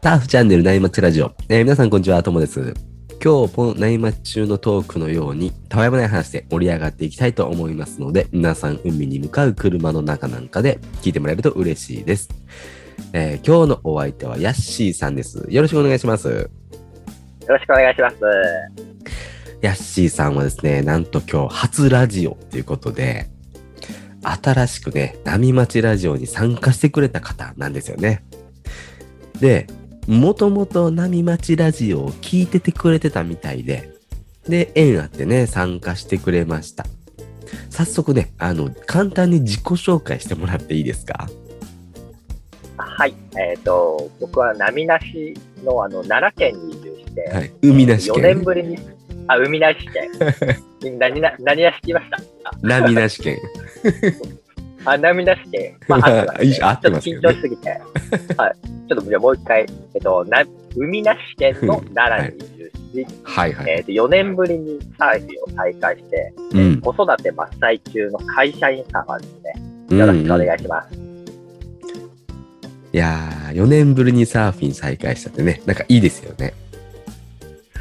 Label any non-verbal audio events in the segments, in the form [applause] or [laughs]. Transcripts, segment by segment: ターフチャンネル内町ラジオ。えー皆さんこんにちは、ともです。今日も内町中のトークのように、たわいもない話で盛り上がっていきたいと思いますので、皆さん海に向かう車の中なんかで聞いてもらえると嬉しいです。えー今日のお相手はヤッシーさんです。よろしくお願いします。よろしくお願いします。ヤッシーさんはですね、なんと今日初ラジオということで、新しくね、波町ラジオに参加してくれた方なんですよね。で、もともと波町ラジオを聞いててくれてたみたいで、で、縁あってね、参加してくれました。早速ね、あの、簡単に自己紹介してもらっていいですかはい。えっ、と、僕は波なしのあの奈良県に移住して、はい。海なし4県、年ぶりに、あ、海なし [laughs] 県。何な、何なし来ました波なし県。あ、波なし県。ま [laughs] まああ、いい合ってますちょよっねと緊張しすぎて。はい。ちょっとじゃあもう一回、えっ、と、な、海なし県の奈良に移住し、はいはい。えっ、と、4年ぶりにサーフィンを再開して、うん。子育て真っ最中の会社員様ですね。よろしくお願いします。いやー、4年ぶりにサーフィン再開したってね、なんかいいですよね。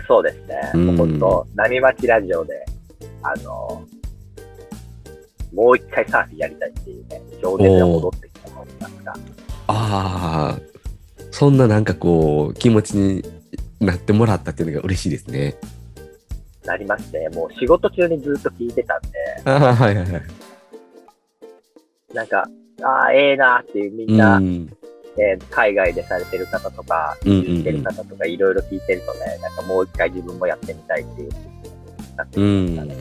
そうですね、うんもう本当、波町ラジオで、あのもう一回サーフィンやりたいっていうね、情熱が戻ってきたと思いますが、ああ、そんななんかこう、気持ちになってもらったっていうのが嬉しいですね。なりまして、もう仕事中にずっと聞いてたんで、ああ、はいはいはい。なんか、ああ、ええなーっていう、みんな、うん。えー海外でされてる方とか、うんうんうん聞いてる方とか、いろいろ聞いてるとね、なんかもう一回自分もやってみたいっていう。なってきうましんたね。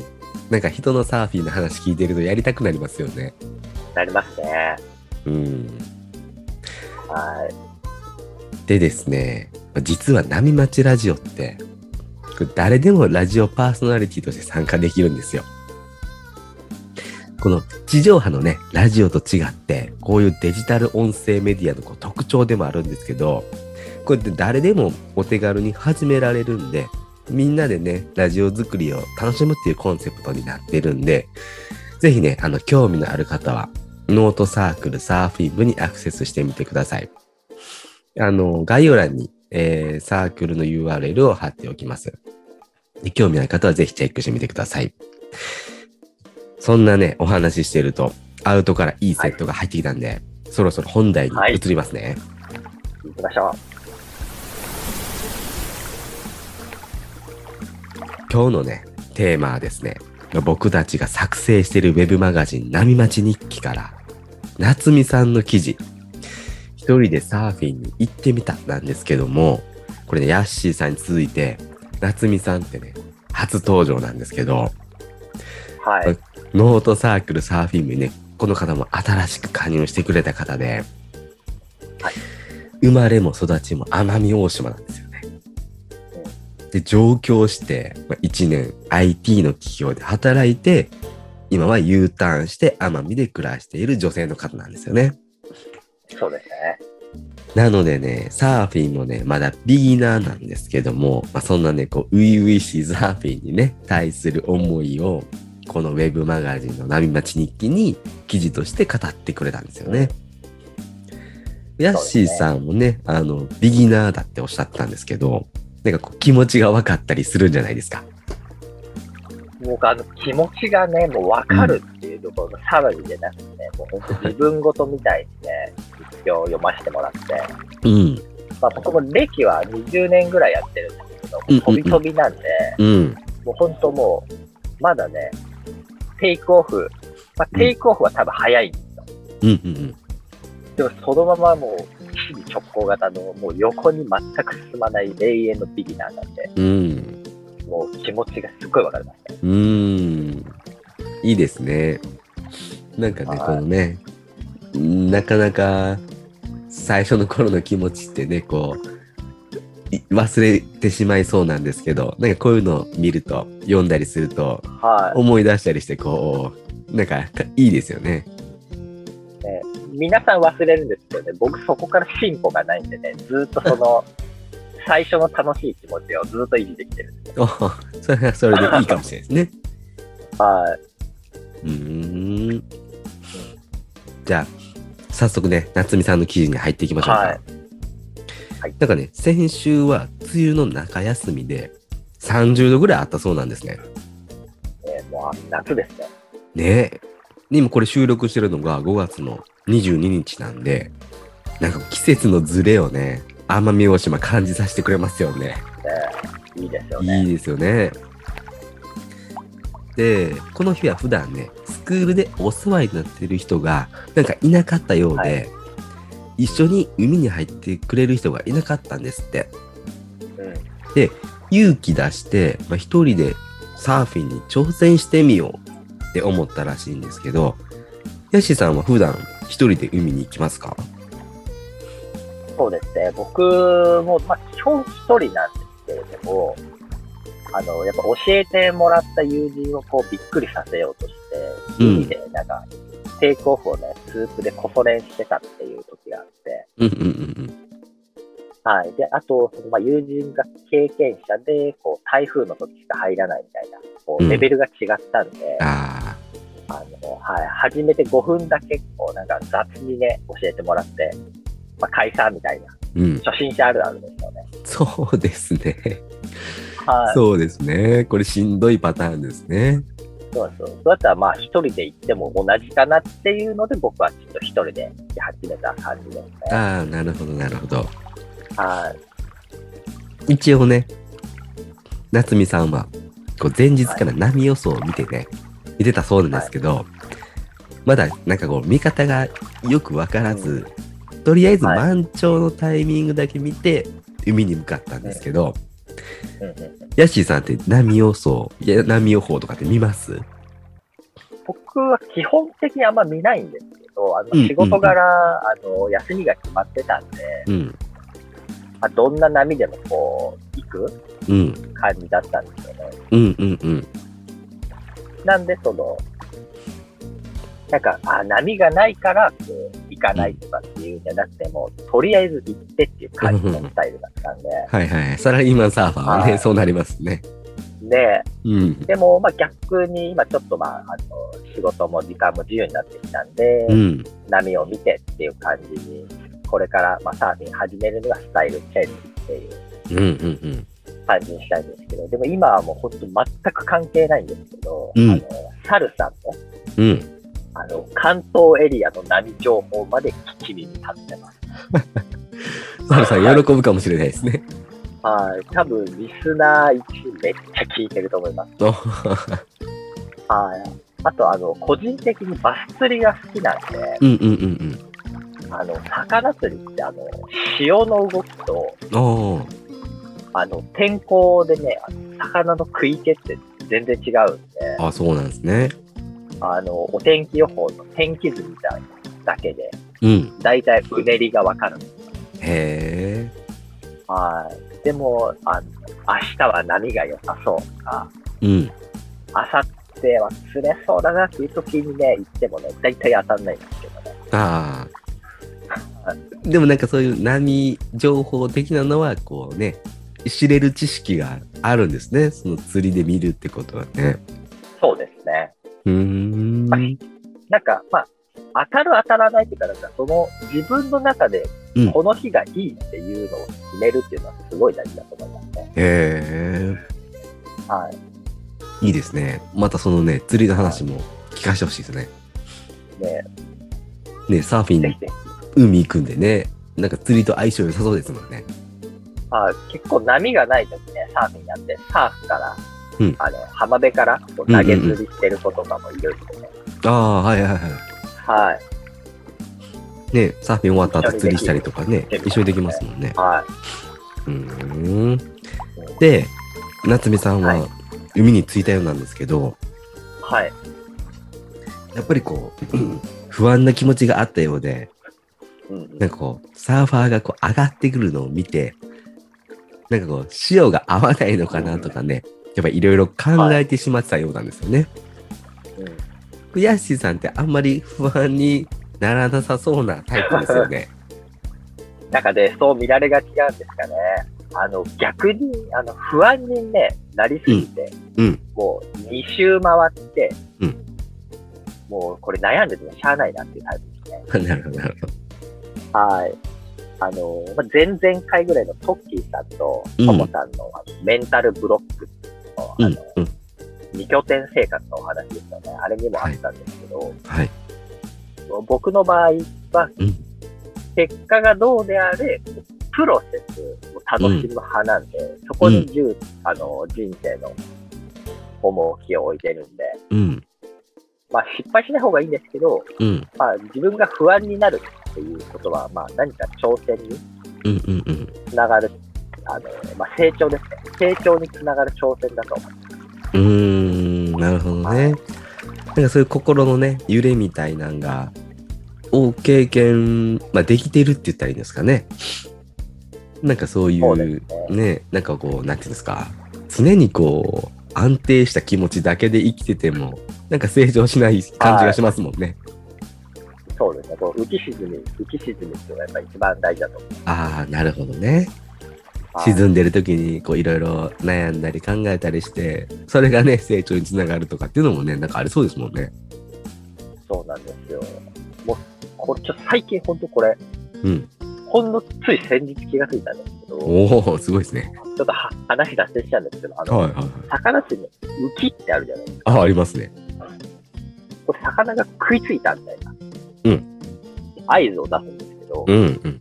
なんか人のサーフィンの話聞いてるとやりたくなりますよね。なりますね。うん。はい。でですね、実は波町ラジオって、これ誰でもラジオパーソナリティとして参加できるんですよ。この地上波のね、ラジオと違って、こういうデジタル音声メディアのこう特徴でもあるんですけど、これって誰でもお手軽に始められるんで、みんなでね、ラジオ作りを楽しむっていうコンセプトになってるんで、ぜひね、あの、興味のある方は、ノートサークルサーフィン部にアクセスしてみてください。あの、概要欄に、えーサークルの URL を貼っておきます。で興味ある方はぜひチェックしてみてください。そんなね、お話ししてると、アウトからいいセットが入ってきたんで、そろそろ本題に移りますね。行きましょう。今日のね、テーマはですね、僕たちが作成しているウェブマガジン、波町日記から、夏美さんの記事、一人でサーフィンに行ってみたなんですけども、これね、ヤッシーさんに続いて、夏美さんってね、初登場なんですけど、はい。ノートサークルサーフィン部にね、この方も新しく加入してくれた方で、はい生まれも育ちも奄美大島なんですよね。で、上京して、まあ1年 IT の企業で働いて、今は U ターンして奄美で暮らしている女性の方なんですよね。そうですね。なのでね、サーフィンもね、まだビギナーなんですけども、まあ、そんなね、こう、初々しいサーフィンにね、対する思いを、このウェブマガジンの波町日記に記事として語ってくれたんですよね。ヤッシーさんもね、あの、ビギナーだっておっしゃってたんですけど、なんかこう、気持ちが分かったりするんじゃないですか。僕あの気持ちがね、もう分かるっていうところがさらに出なくて、もう本当自分ごとみたいにね、実況を読ませてもらって、うん、まあ、僕も歴は20年ぐらいやってるんですけど、うんうんうん飛び飛びなんで、うん、もう本当もう、まだね、テイクオフ、まあ、テイクオフは多分早いんですよ。うん、うん、でもそのままもう、岸に直行型の、もう横に全く進まない永遠のビギナーなんで、うん、うん。もう気持ちがすっごい分かりますね。うーん。いいですね。なんかね、はいこのね、なかなか最初の頃の気持ちってね、こう、い忘れてしまいそうなんですけど、なんかこういうのを見ると、読んだりすると、はい。思い出したりして、こう、なんかいいですよね。ね皆さん忘れるんですけどね、僕そこから進歩がないんでね、ずーっとその、 [laughs] 最初の楽しい気持ちをずーっと維持できてるんですよ。お [laughs] それはそれでいいかもしれないですね。はうーん。じゃあ、早速ね、夏美さんの記事に入っていきましょうか。はいはいなんかね、先週は梅雨の中休みで30度ぐらいあったそうなんですね。えーもうあ夏ですね。ねえ。で、今これ収録してるのが5月の22日なんで、なんか季節のズレをね、奄美大島感じさせてくれますよね。いいですよね。いいですよね。で、この日は普段ね、スクールでお世話になってる人が、なんかいなかったようで、は一緒に海に入ってくれる人がいなかったんですって。うん。勇気出して、まあ、一人でサーフィンに挑戦してみようって思ったらしいんですけど、ヤシさんは普段一人で海に行きますかそうですね。僕も、まあ、基本一人なんですけれども、あの、やっぱ教えてもらった友人をこうびっくりさせようとして、うん海でなんか、テイクオフをね、スープでこそ練してたっていう時があって、うんうんうんはい。で、あと、そのまあ、友人が経験者で、こう、台風の時しか入らないみたいな、こうう、んレベルが違ったんで、うん。ああの、はい、初めて5分だけ、こう、なんか雑にね、教えてもらって、まあ、解散みたいな、あ、うん。初心者あるあるですよね。そうですね。はい。そうですね。これしんどいパターンですね。そうそう。そうだったらまあ一人で行っても同じかなっていうので、僕はちょっと一人で行き始めた感じですね。ああ、なるほど、なるほど。はい。一応ね、夏美さんは、こう前日から波予想を見てね、見てたそうなんですけど、まだなんかこう見方がよくわからず、とりあえずはい満潮のタイミングだけ見て、海に向かったんですけど、うんうん、ヤッシーさんって波予想、いや波予報とかって見ます僕は基本的にあんま見ないんですけど、あのうん仕事柄、あの休みが決まってたんで、うん。まあ、どんな波でもこう行くうん。感じだったんですよね。うんうんうん。なんで、その、なんか、あ波がないからこう行かないとかっていうんじゃなくて、もうとりあえず行ってっていう感じのスタイルだったんで、はいはい。サラリーマンサーファーははね、いそうなりますね。で、うん。でも、まあ、逆に今ちょっと、まあ、あの仕事も時間も自由になってきたんで、うん。波を見てっていう感じに、これから、まあ、サーフィン始めるにはスタイルチェンジっていううんうんうん。感じにしたいんですけど、でも今はもう本当全く関係ないんですけど、うんあのサルさんのうん。あの関東エリアの波情報まで聞き耳立ってます。サルさん喜ぶかもしれないです [laughs] ね。はい、多分リスナー1めっちゃ聞いてると思います。おはい。あと、あの、個人的にバス釣りが好きなんで、うんうんうんあの、魚釣りって、あの、潮の動きと、うん。おお。あの、天候でね、あの魚の食い手って全然違うんで、あ、そうなんですね。あの、お天気予報の天気図みたいなだけで、うん。だいたいうねりがわかるんです。へえ。はい。でも、あの、明日は波が良さそうとか、うん。明後日は釣れそうだなっていう時にね、行ってもね、だいたい当たんないんですけどね。ああ。でもなんかそういう波情報的なのは、こうね、知れる知識があるんですね。その釣りで見るってことはね。そうですね。うーん。はいなんか、まあ、当たる当たらないっていうか、なんかその自分の中でうんこの日がいいっていうのを決めるっていうのはすごい大事だと思いますね。へはい。え。いいですね。またそのね、釣りの話も聞かせてほしいですね。で、ね、サーフィぜンひ、ぜ海行くんでね、なんか釣りと相性良さそうですもんね。ひはい結構波がない時ね、サーフィンやって、サーフから、うんあの浜辺からこう投げ釣りしてる子とかもいるんでね。ああ、はいはいはい。はい。ね、サーフィン終わった後釣りしたりとかね、一一緒にで緒にでききまますすもんね。はい。うーん。で、夏美さんはいは海に着いたようなんですけど、はい。やっぱりこう、不安な気持ちがあったようで、うんうなんん。かこう、サーファーがこう上がってくるのを見て、なんかこう、潮が合わないのかなとかね、やっぱいろいろ考えてしまってたようなんですよね。うんヤッシーさんってあんまり不安にならなさそうなタイプですよ [laughs] ね。 [laughs] なんかね、そう見られがちなんですかね。あの、逆に、あの、不安にね、なりすぎて、うん。もう2周回って、うんもうこれ悩んでてもしゃあないなっていうタイプですね。なるほど、なるほど。はい。あの、まあ前々回ぐらいのトッキーさんとうんトモさんのあのメンタルブロックの、うあんの、うん。二拠点生活のお話ですよね。あれにもあったんですけど、はい。僕の場合はうん、結果がどうであれ、プロセスを楽しむ派なんで、そこに重、あの、人生の重きを置いてるんで、うん。まあ失敗しない方がいいんですけど、うん。まあ自分が不安になるっていうことは、まあ何か挑戦にうん。うん。うん。つながる、あの、まあ、成長ですね。成長につながる挑戦だと思う。うーん。なるほどね。なんかそういう心のね、揺れみたいなんが、を経験、まあ、できてるって言ったらいいんですかね。なんかそういそうでう、すね、なんかこう、なんていうんですか、常にこう、安定した気持ちだけで生きてても、なんか成長しない感じがしますもんね。そうですね。こう浮き沈み、浮き沈みっていうのがやっぱり一番大事だと思う。ああ、なるほどね。はい沈んでる時にこういろいろ悩んだり考えたりしてそれがね成長につながるとかっていうのもねなんかありそうですもんね。そうなんですよ。もう、これ、ちょっと最近ほんとこれ、うん、ほんのつい先日気がついたんですけど、ちおおすごいですね。ょっとは話脱線しちゃうんですけど、あの、はいはいはい。魚市に浮きってあるじゃないですか。あありますね。これ魚が食いついたみたいな。う合図を出すんですけど、うんうん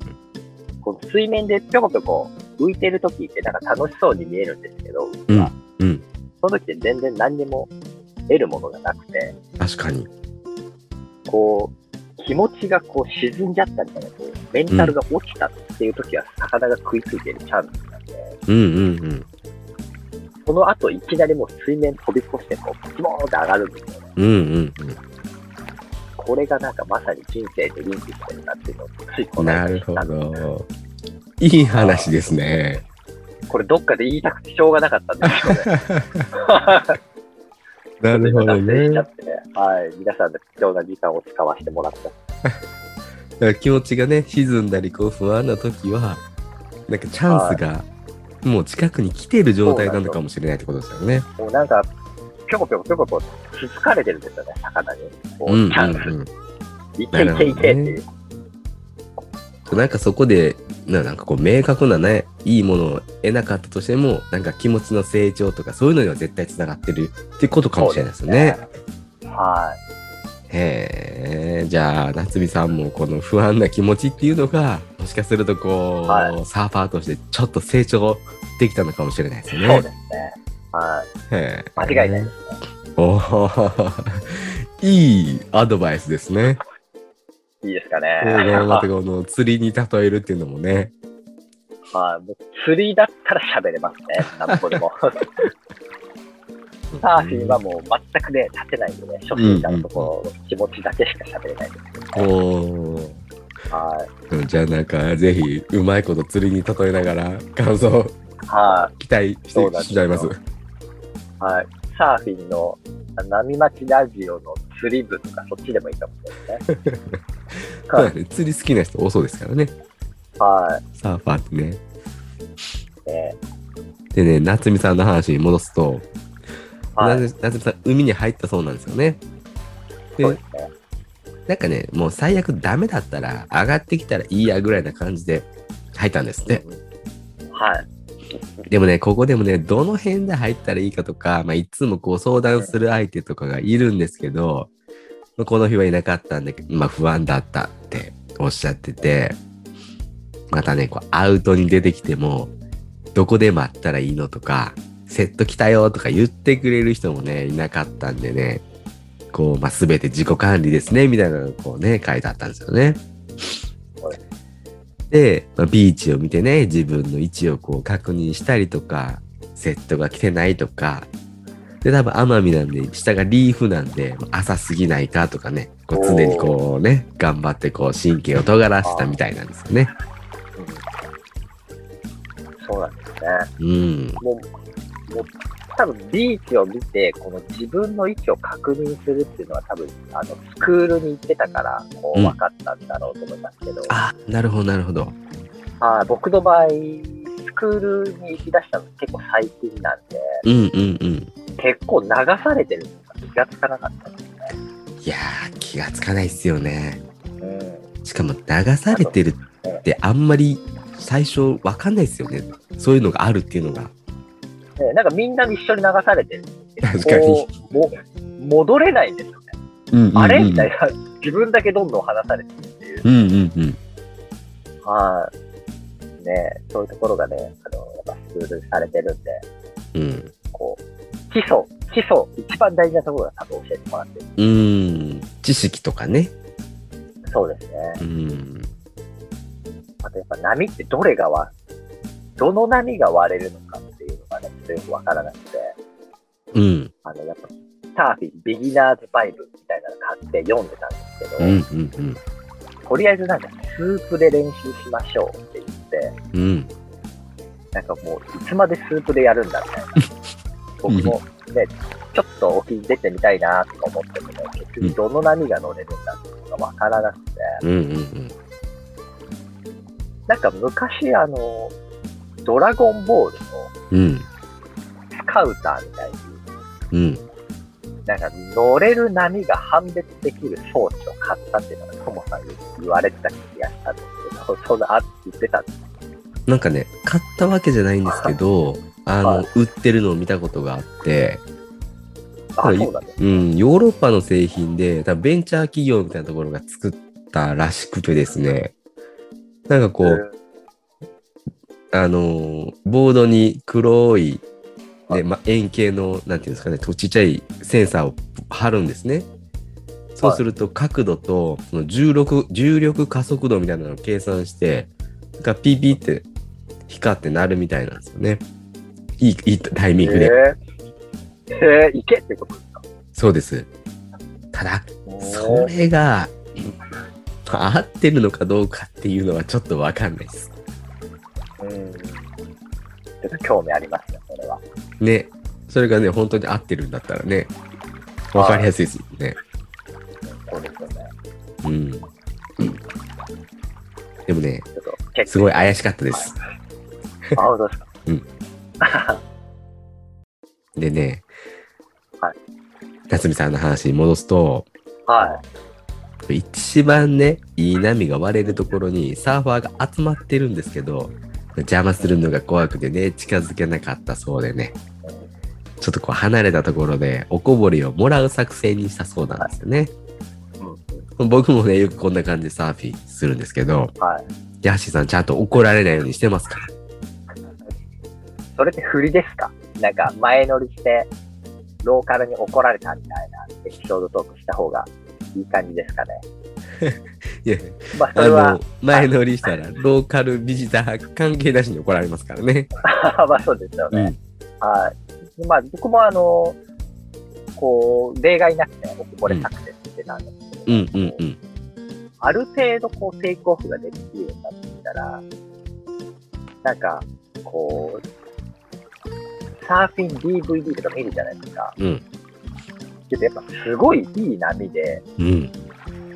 この水面でぴょこぴょこ浮いてる時ってなんか楽しそうに見えるんですけど、浮きがうんうんその時って全然何にも得るものがなくて、確かに。こう、気持ちがこう沈んじゃったりとか、こうメンタルが落ちたっていう時は魚が食いついてるチャンスなんで、うんうんうんその後いきなりもう水面飛び越して、こう、ズボーンって上がるんですよね。うんうんこれがなんかまさに人生でリンクしてるなっていうのをついこうん。のな間る知っほたんですど。いい話ですね。これどっかで言いたくてしょうがなかったんですけどね。なるほどね。[laughs] ちょっと今脱線しちゃってね。はい。皆さんの貴重な時間を使わせてもらって。だから気持ちがね沈んだりこう不安な時はなんかチャンスがもう近くに来てる状態なのかもしれないってことですよね。もうなんか、ぴょこぴょこぴょこぴょこ気づかれてるんですよね、魚に。こううんうんチャンス。うん。いけいけいけっていう。なんかそこでななんかこう明確なねいいものを得なかったとしてもなんか気持ちの成長とかそういうのには絶対つながってるってことかもしれないですよね。はい。へえじゃあ夏美さんもこの不安な気持ちっていうのがもしかするとこう、はサーファーとしてちょっと成長できたのかもしれないですよそうねです。ね。はい。へえ間違いないです。おー [laughs] いいアドバイスですね。いいですかこうねまたね。この釣りに例えるっていうのもね。はい。もう釣りだったら喋れますね。なんぼで [laughs] も。サーフィンはもう全くね、立てないんでね、初心者のところの気持ちだけしか喋れないですけどね。おーはい。うんじゃあなんかぜひうまいこと釣りに例えながら感想をはい。期待そうなんしてでしますよいます。はい。サーフィンのあ波町ラジオの釣り部とかそっちでもいいかもしれないですね。そうはだね [laughs] 釣り好きな人多そうですからね、い。はサーファーってね。い。ねでね、夏美さんの話に戻すと、はい。な夏美さん、海に入ったそうなんですよね。でそうですね。なんかね、もう最悪ダメだったら、上がってきたらいいやぐらいな感じで入ったんですって。はい。でもね、ここでもね、どの辺で入ったらいいかとか、まあ、いつもこう相談する相手とかがいるんですけど、まあこの日はいなかったんで、まあ、不安だったっておっしゃってて、またね、こうアウトに出てきても、どこで待ったらいいのとか、セット来たよとか言ってくれる人もね、いなかったんでね、こう、まあ、全て自己管理ですね、みたいなのがこうね、書いてあったんですよねはい。で、まあ、ビーチを見てね、自分の位置をこう確認したりとか、セットが来てないとか、で、多分奄美なんで、下がリーフなんで、まあ浅すぎないかとかね、こう常にこうね、頑張ってこう神経を尖らせたみたいなんですよね。そうなんですね。うん。もう、もう、多分ビーチを見て、この自分の位置を確認するっていうのは多分、あの、スクールに行ってたから、こう、うん分かったんだろうと思いますけど、あ、なるほど、なるほど。はい。僕の場合、スクールに行き出したの結構最近なんで、うんうんうん。結構流されてるのが気がつかなかったですね。いやー、気がつかないっすよね。うんしかも流されてるっってあんまり最初わかんないですよね。そういうのがあるっていうのが。ねなんかみんな一緒に流されてる確かにこうも戻れないんですよね。あれみたいな。な、自分だけどんどん離されてるっていう。うんうんうん。はい。ねそういうところがね、あの、やっぱスクールされてるんで、うん。こう、基礎、基礎、一番大事なところが多分教えてもらってる。うん。知識とかね。そうですね。うん。あとやっぱ波ってどれが割、どの波が割れるのかっていうのがね、ちょっとよくわからなくて、うん。あの、やっぱ、サーフィン、ビギナーズバイブみたいなの買って読んでたんですけうど、んうんうん。とりあえずなんか、スープで練習しましょうって言って、うん。なんかもう、いつまでスープでやるんだみたい [laughs] な。僕もね、ちょっと沖に出てみたいなとか思ってもね、結局どの波が乗れるんだっていうのがわからなくて、うんうんうん。なんか昔あの、ドラゴンボールのうん。スカウターみたいに、うん。なんか乗れる波が判別できる装置を買ったっていうのが、ともさんに言われてた気がしたんですけど、そんなあって言ってたんですなんかね、買ったわけじゃないんですけど、あの、はい売ってるのを見たことがあって、あ、はいそうなんです。うん、ヨーロッパの製品で、多分ベンチャー企業みたいなところが作ったらしくてですね、なんかこう、あのーボードに黒い、はねいま、円形の、なんていうんですかね、とちっちゃいセンサーを貼るんですね。そうすると角度とその重力重力加速度みたいなのを計算して、がピーピーって光って鳴るみたいなんですよね。いいいいタイミングで。えー、えー、行けってことですかそうです。ただ、それが、合ってるのかどうかっていうのはちょっとわかんないです。うん。ちょっと興味ありますね、それは。ね。それがね、本当に合ってるんだったらね、わかりやすいですよね。そうですよね。うん。でもね、ちょっとチェックすごい怪しかったです。あ、本当ですか。うんでね、はい夏美さんの話に戻すと、 [laughs] は一番ね、いい波が割れるところにサーファーが集まってるんですけど、邪魔するのが怖くてね、近づけなかったそうでね、ちょっとこう離れたところでおこぼれをもらう作戦にしたそうなんですよね。い。うん。僕もね、よくこんな感じでサーフィンするんですけど、はい。ヤッシーさんちゃんと怒られないようにしてますから。それって振りですかなんか前乗りして、ローカルに怒られたみたいなエピソードトークした方がいい感じですかね。いや、まあ、そあれはの、、前乗りしたらローカルビジター関係なしに怒られますからね。 [laughs] まあそうですよね。はい。まあ、僕もあの、こう、例外なくね、おこぼれ作戦ってなんですけど、うんうんうん。ある程度こう、テイクオフができるようになってきたら、なんか、こう、サーフィン DVD とか見るじゃないですか。うん。けどやっぱすごいいい波で、うん。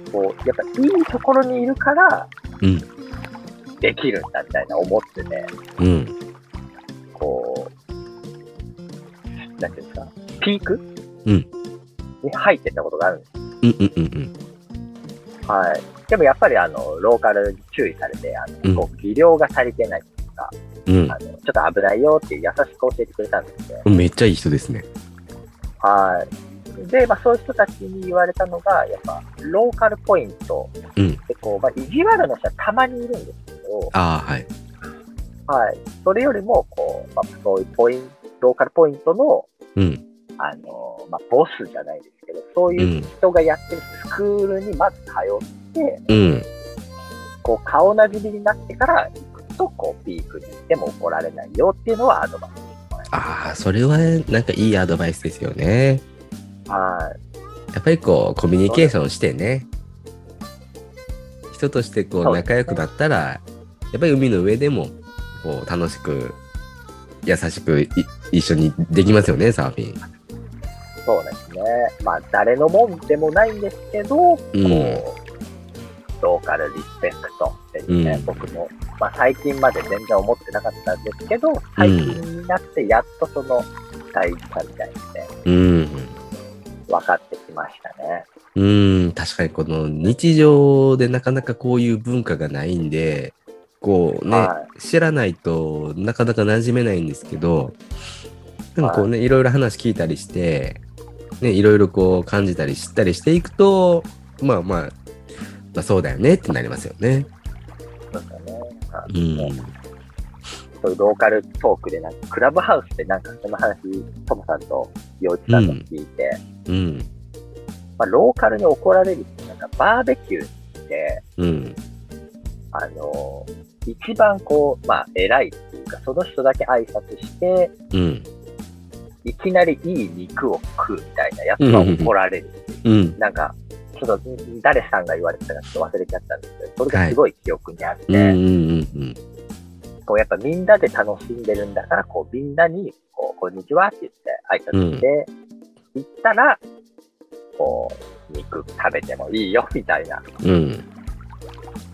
こう、やっぱいいところにいるから、うんできるんだみたいな思ってね、うん。こう、なんていうんですか、ピークうんに入ってったことがあるんでうんうんうんうん。す。はい。でもやっぱりあの、ローカルに注意されて、あうんの、こう、技量が足りてない、うんあの、ちょっと危ないよって優しく教えてくれたんですね。めっちゃいい人ですね。はい。で、まあそういう人たちに言われたのが、やっぱ、ローカルポイント。うんで、こう、まあ、意地悪な人はたまにいるんですけど、ああ、はい。はい。それよりも、こう、まあ、そういうポイント、ローカルポイントの、うん。あの、まあ、ボスじゃないですけど、そうう。いうん人がやってるスクールにまず通って、うん。こう、顔なじみになってから行くと、こう、ピークに行っても怒られないよっていうのはアドバイスしてもらいまああ、それはなんかいいアドバイスですよね。す。はい。やっぱりこう、コミュニケーションしてね。人としてこう、そうです仲ね良くなったら、やっぱり海の上でも、こう、楽しく、優しくい一緒にできますよね、サーフィン。そうですね。まあ、誰のもんでもないんですけど、こう、うんローカルリスペクトっていうね、うん僕も、まあ、最近まで全然思ってなかったんですけど、最近になってやっとその大事さみたいにね、うん。分かってきましたね。うん、確かにこの日常でなかなかこういう文化がないんで、構ね、は知らないとなかなか馴染めないんですけど、なんかこうね、いろいろ話聞いたりして、ね、いろいろこう感じたり知ったりしていくと、まあまあ、まあそうだよねってなりますよね。そうだね。はういん。そういうローカルトークで、なんか、クラブハウスでなんかその話、トモさんと陽一さんが聞いて、うん。まあ、ローカルに怒られるって、なんか、バーベキューって、うん。あの一番こう、まあ、偉いっていうか、その人だけ挨拶して、うん。いきなりいい肉を食うみたいなやつは怒られる。うん。なんか、ちょっと、誰さんが言われてたかちょっと忘れちゃったんですけど、それがすごい記憶にあって、うん。うん。うん。こうやっぱみんなで楽しんでるんだから、こうみんなにこう、こんにちはって言って、挨拶して、行ったら、こう、肉食べてもいいよみたいな。うん。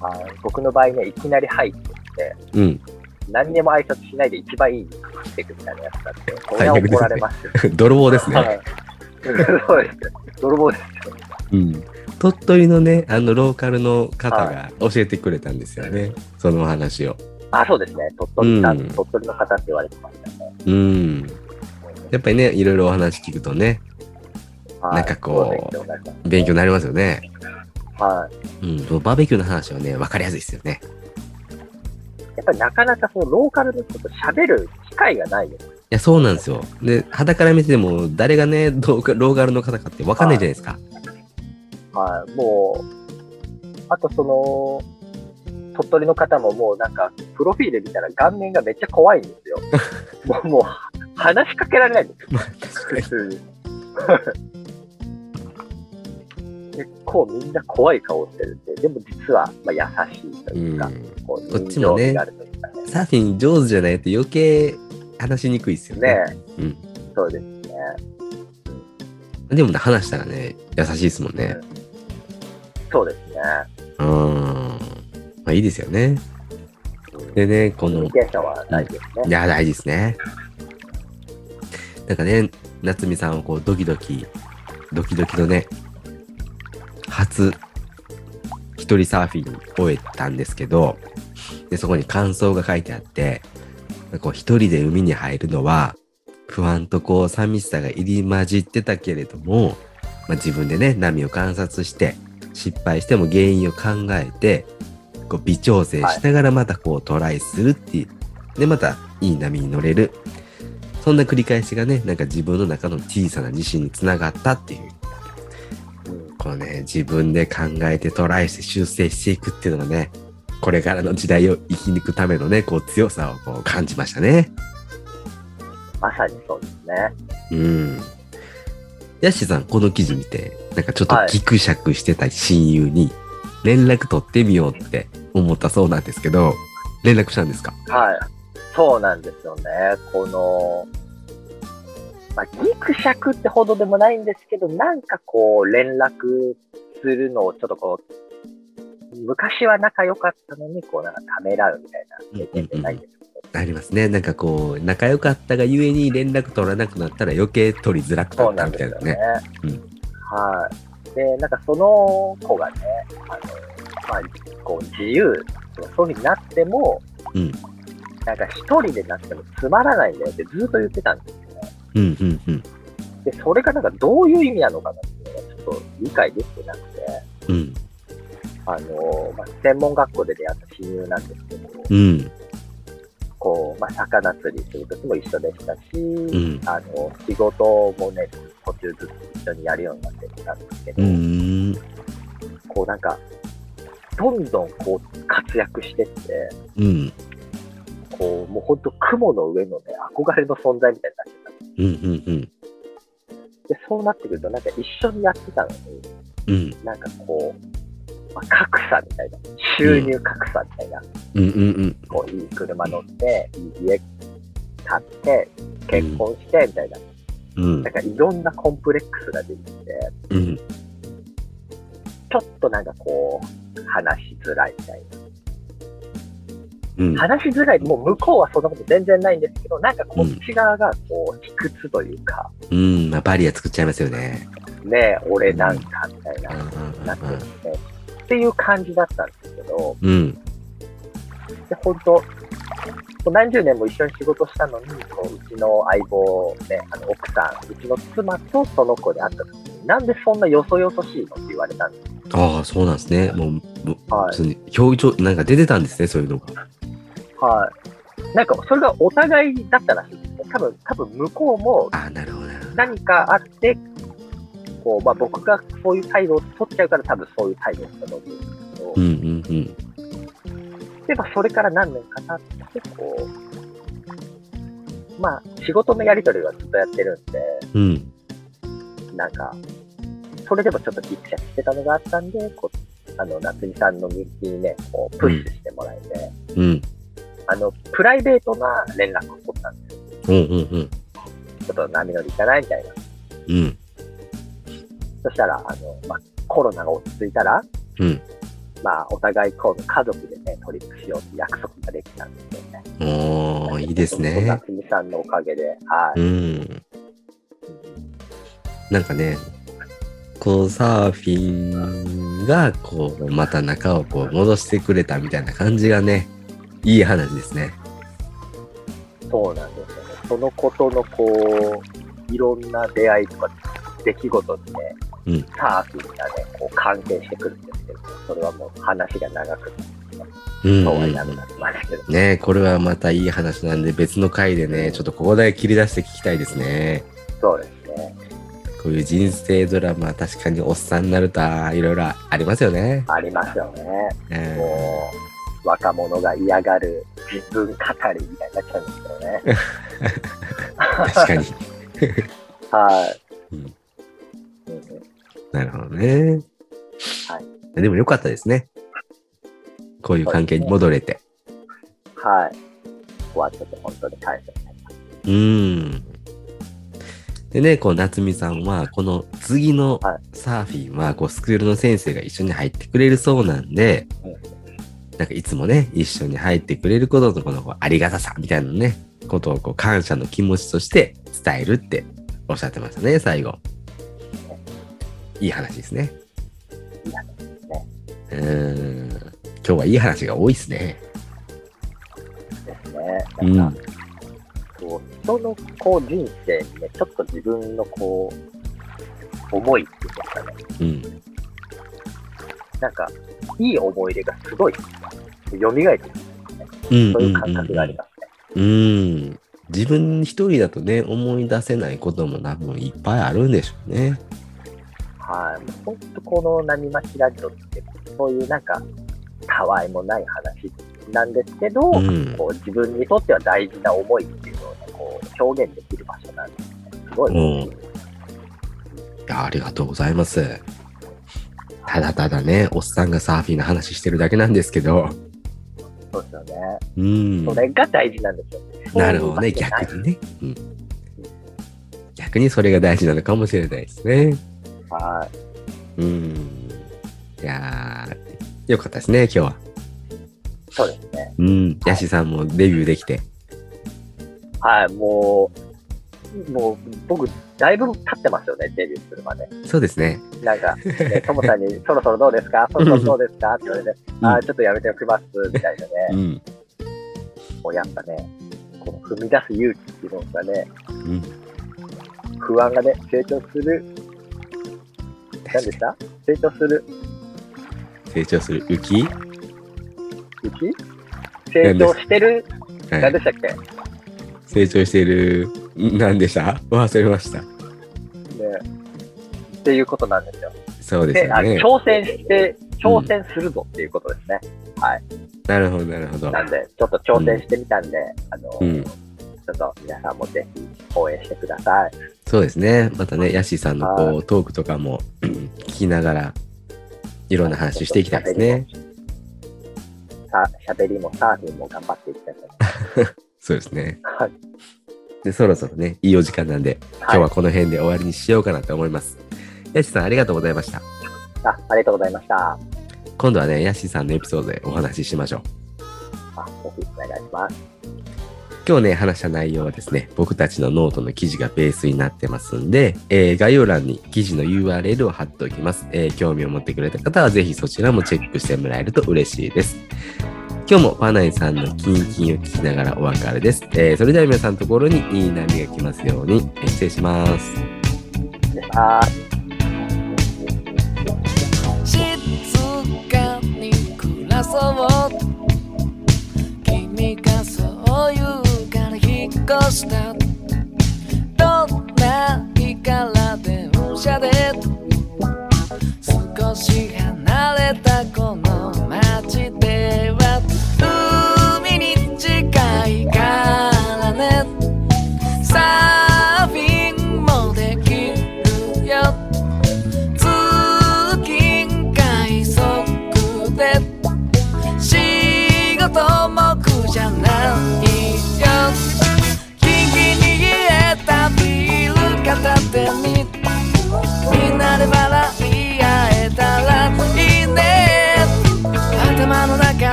あー僕の場合ね、いきなり入ってきて、うん。 [laughs] 何にも挨拶しないで一番いい肉食っていくみたいなやつだって、これは怒られますよ。泥棒ですね。はい [laughs] そうです。泥棒ですよ。うん、鳥取のねあのローカルの方が教えてくれたんですよね、そのお話を。あ、そうですね。鳥取さん、うん鳥取の方って言われてましたね。うん、やっぱりねいろいろお話聞くとねはいなんかこうそうですよね勉強になりますよね、はい。うん、そのバーベキューの話はね分かりやすいですよね。やっぱりなかなかそのローカルの人と喋る機会がないよね。いやそうなんですよ。で肌から見てても誰がねどうかローカルの方かって分かんないじゃないですか。はい、もう、あとその、鳥取の方ももうなんか、プロフィール見たら顔面がめっちゃ怖いんで [laughs] すよ。もう、もう話しかけられないんですまあ確かよ、に普通に。 [laughs] 結構みんな怖い顔してるんで、でも実はまあ優しいというか、うんこうこっちもね人情味があるというかね。サーフィン上手じゃないと余計話しにくいですよね。ねうん、そうですね。でもね話したらね優しいですもんね。そうですね。うんまあ、いいですよね。でねこコミュのニケーションは大事ですいね。や、大事ですね。なんかね、夏美さんをこう、ドキドキ、ドキドキのね、初、一人サーフィンを終えたんですけど、で、そこに感想が書いてあって、こう、一人で海に入るのは、不安とこう、寂しさが入り混じってたけれども、まあ、自分でね、波を観察して、失敗しても原因を考えて、こう、微調整しながらまたこう、トライするっていう、で、またいい波に乗れる。そんな繰り返しがね、なんか自分の中の小さな自信につながったっていう。うんこのね、自分で考えてトライして修正していくっていうのがね、これからの時代を生き抜くためのね、こう強さをこう感じましたね。まさにそうですね。うん。ヤッシーさん、この記事見て、なんかちょっとギクシャクしてた親友に、連絡取ってみようって思ったそうなんですけど、連絡したんですかはい。そうなんですよね。この、まあ、ギクシャクってほどでもないんですけど、なんかこう、連絡するのをちょっとこう、昔は仲良かったのに、こう、なんかためらうみたいな経験ってないですか、ありますね。なんかこう、仲良かったがゆえに連絡取らなくなったら余計取りづらくなそうったなんみですたいよなねね。。はい。で、なんかその子がね、あの、まあ、こう、自由、そういうふうになっても、うんなんか一人でなってもつまらないんだよってずっと言ってたんですよね。うんうんうん。で、それがなんかどういう意味なのかなっていうのがちょっと理解できてなくて、うん。あの、まあ、専門学校で出会った親友なんですけど、うん。こう、まあ、魚釣りする時も一緒でしたし、うん。あの、仕事もね、途中ずつ一緒にやるようになってきたんですけど、うん。こうなんか、どんどんこう活躍してって、うん。こう、もうほんと雲の上のね、憧れの存在みたいになっちゃっうん。うん。うん。た。で、そうなってくると、なんか一緒にやってたのに、うん。なんかこう、まあ、格差みたいな、収入格差みたいな、うん。うん。こう、いい車乗って、いい家買って、結婚して、みたいな、うんなん。かいろんなコンプレックスが出てきて、うん。ちょっとなんかこう、話しづらいみたいな。うん。話しづらい、もう向こうはそんなこと全然ないんですけど、なんかこっち側がこう、卑屈というか、うん。まあ、バリア作っちゃいますよね。ねえ、俺なんかみたいうな、ん。なってですね、っていう感じだったんですけど、うん。で、本当何十年も一緒に仕事したのに、こううちの相棒、ね、あの奥さん、うちの妻とその子で会った時に、なんでそんなよそよそしいのって言われたんですああ、そうなんですね。もう、もうは普い通に表情、なんか出てたんですね、そういうのが。はい。なんか、それがお互いだったらしいですね。多分、多分向こうもああ、なるほど、なるほど。何かあって、こう、まあ僕がそういう態度を取っちゃうから多分そういう態度だったと思うんですけど、うんうんうん。で、まあ、それから何年か経って、こう、まあ、仕事のやりとりはずっとやってるんで、うん。なんか、それでもちょっとギクシャクしてたのがあったんで、こう、あの、夏美さんの日記にね、こう、プッシュしてもらえて、うん。あの、プライベートな連絡を取ったんですよ。うんうんうん。ちょっと波乗り行かないみたいな。うん。そしたら、あの、まあ、コロナが落ち着いたら、うん。まあ、お互い今度家族でね、トリップしようって約束ができたんですよね。おー、いいですね。夏美さんのおかげで、はうい。ん。なんかね、こうサーフィンが、こう、また仲をこう戻してくれたみたいな感じがね、いい話ですね。そうなんですよね。そのことのこう、いろんな出会いとか出来事にね、うんサーフィンがね、こう関係してくるんですけど、それはもう話が長くて、うん、そうはうんなくなりますけど、ねこれはまたいい話なんで、別の回でね、ちょっとここだけ切り出して聞きたいですね。そうですね。こういう人生ドラマ、確かにおっさんになると、いろいろありますよね。ありますよね。うん [laughs] もう、若者が嫌がる自分語りみたいになっちゃうんですけどね。確かに。はい。うんうんうんなるほどね。。はいでも良かったですね。こういう関係に戻れて。はい。ここはちょっと本当に感謝したい。うーん。でね、こう、夏美さんは、この次のはサーフィンは、こう、スクールの先生が一緒に入ってくれるそうなんでうん、なんかいつもね、一緒に入ってくれることのこのこうありがたさみたいなね、ことをこう感謝の気持ちとして伝えるっておっしゃってましたね、最後。いい話ですね。いい話ですねうーん。今日はいい話が多いですね。ですうね。ん。うなんんか、こう、人のこう人生にね、ちょっと自分のこう、思いっていうんですかね、。なんか、いい思い出がすごい、蘇ってくる、うんそういう感覚がありますね。うん。自分一人だとね、思い出せないことも多分いっぱいあるんでしょうね。はい。もうほんとこの波町ラジオって、そういうなんか、たわいもない話なんですけど、うん。こう自分にとっては大事な思いっていうのをね、こう表現できる場所なんですね。すごい。うんいやありがとうございます。ただただね、おっさんがサーフィンの話してるだけなんですけど。そうですよね。うん。それが大事なんですよね。なるほどね、そういう場所ない逆にね。うん。逆にそれが大事なのかもしれないですね。はい。うん。いやー、よかったですね、今日は。そうですね。うん。ヤシさんもデビューできて。はい。もう、もう僕、だいぶ経ってますよね、デビューするまで。そうですね。なんか、 [laughs] ね、ともさんに、そろそろどうですかそろそろどうですかって言われて、うんああ、ちょっとやめておきます、みたいなね。うん。もうやっぱね、この踏み出す勇気っていうのがね、うん。不安がね、成長する、何でした成長する成長する浮き、うち成長してる、はい何でしたっけね成長している、ん何でした忘れました。っていうことなんですよ。そうですで、あよね。挑戦して、挑戦するぞっていうことですね。なるほど、なるほど。なんで、ちょっと挑戦してみたんで、あの、うんちょっと皆さんもぜひ応援してください。そうですね。またね、ヤッシーさんのはこうトークとかもうん聞きながら、いろんな話していきたいですね。さ喋りもサーフィンも頑張っていきたいと思います。そうですね。はいで、そろそろね、いいお時間なんで、今日はこの辺で終わりにしようかなと思います。ヤッシーさん、ありがとうございました。あありがとうございました。あ今度はね、ヤッシーさんのエピソードでお話ししましょう。ぜひお願いします。今日ね、話した内容はですね、僕たちのノートの記事がベースになってますんで、えー概要欄に記事の URL を貼っておきます。えー興味を持ってくれた方は、ぜひそちらもチェックしてもらえると嬉しいです。今日もパナイさんのキンキンを聞きながらお別れです。えーそれでは皆さんのところにいい波が来ますように、えー失礼します。あ静かに暮らそう君がそう言うから引っ越したどんな日から電車で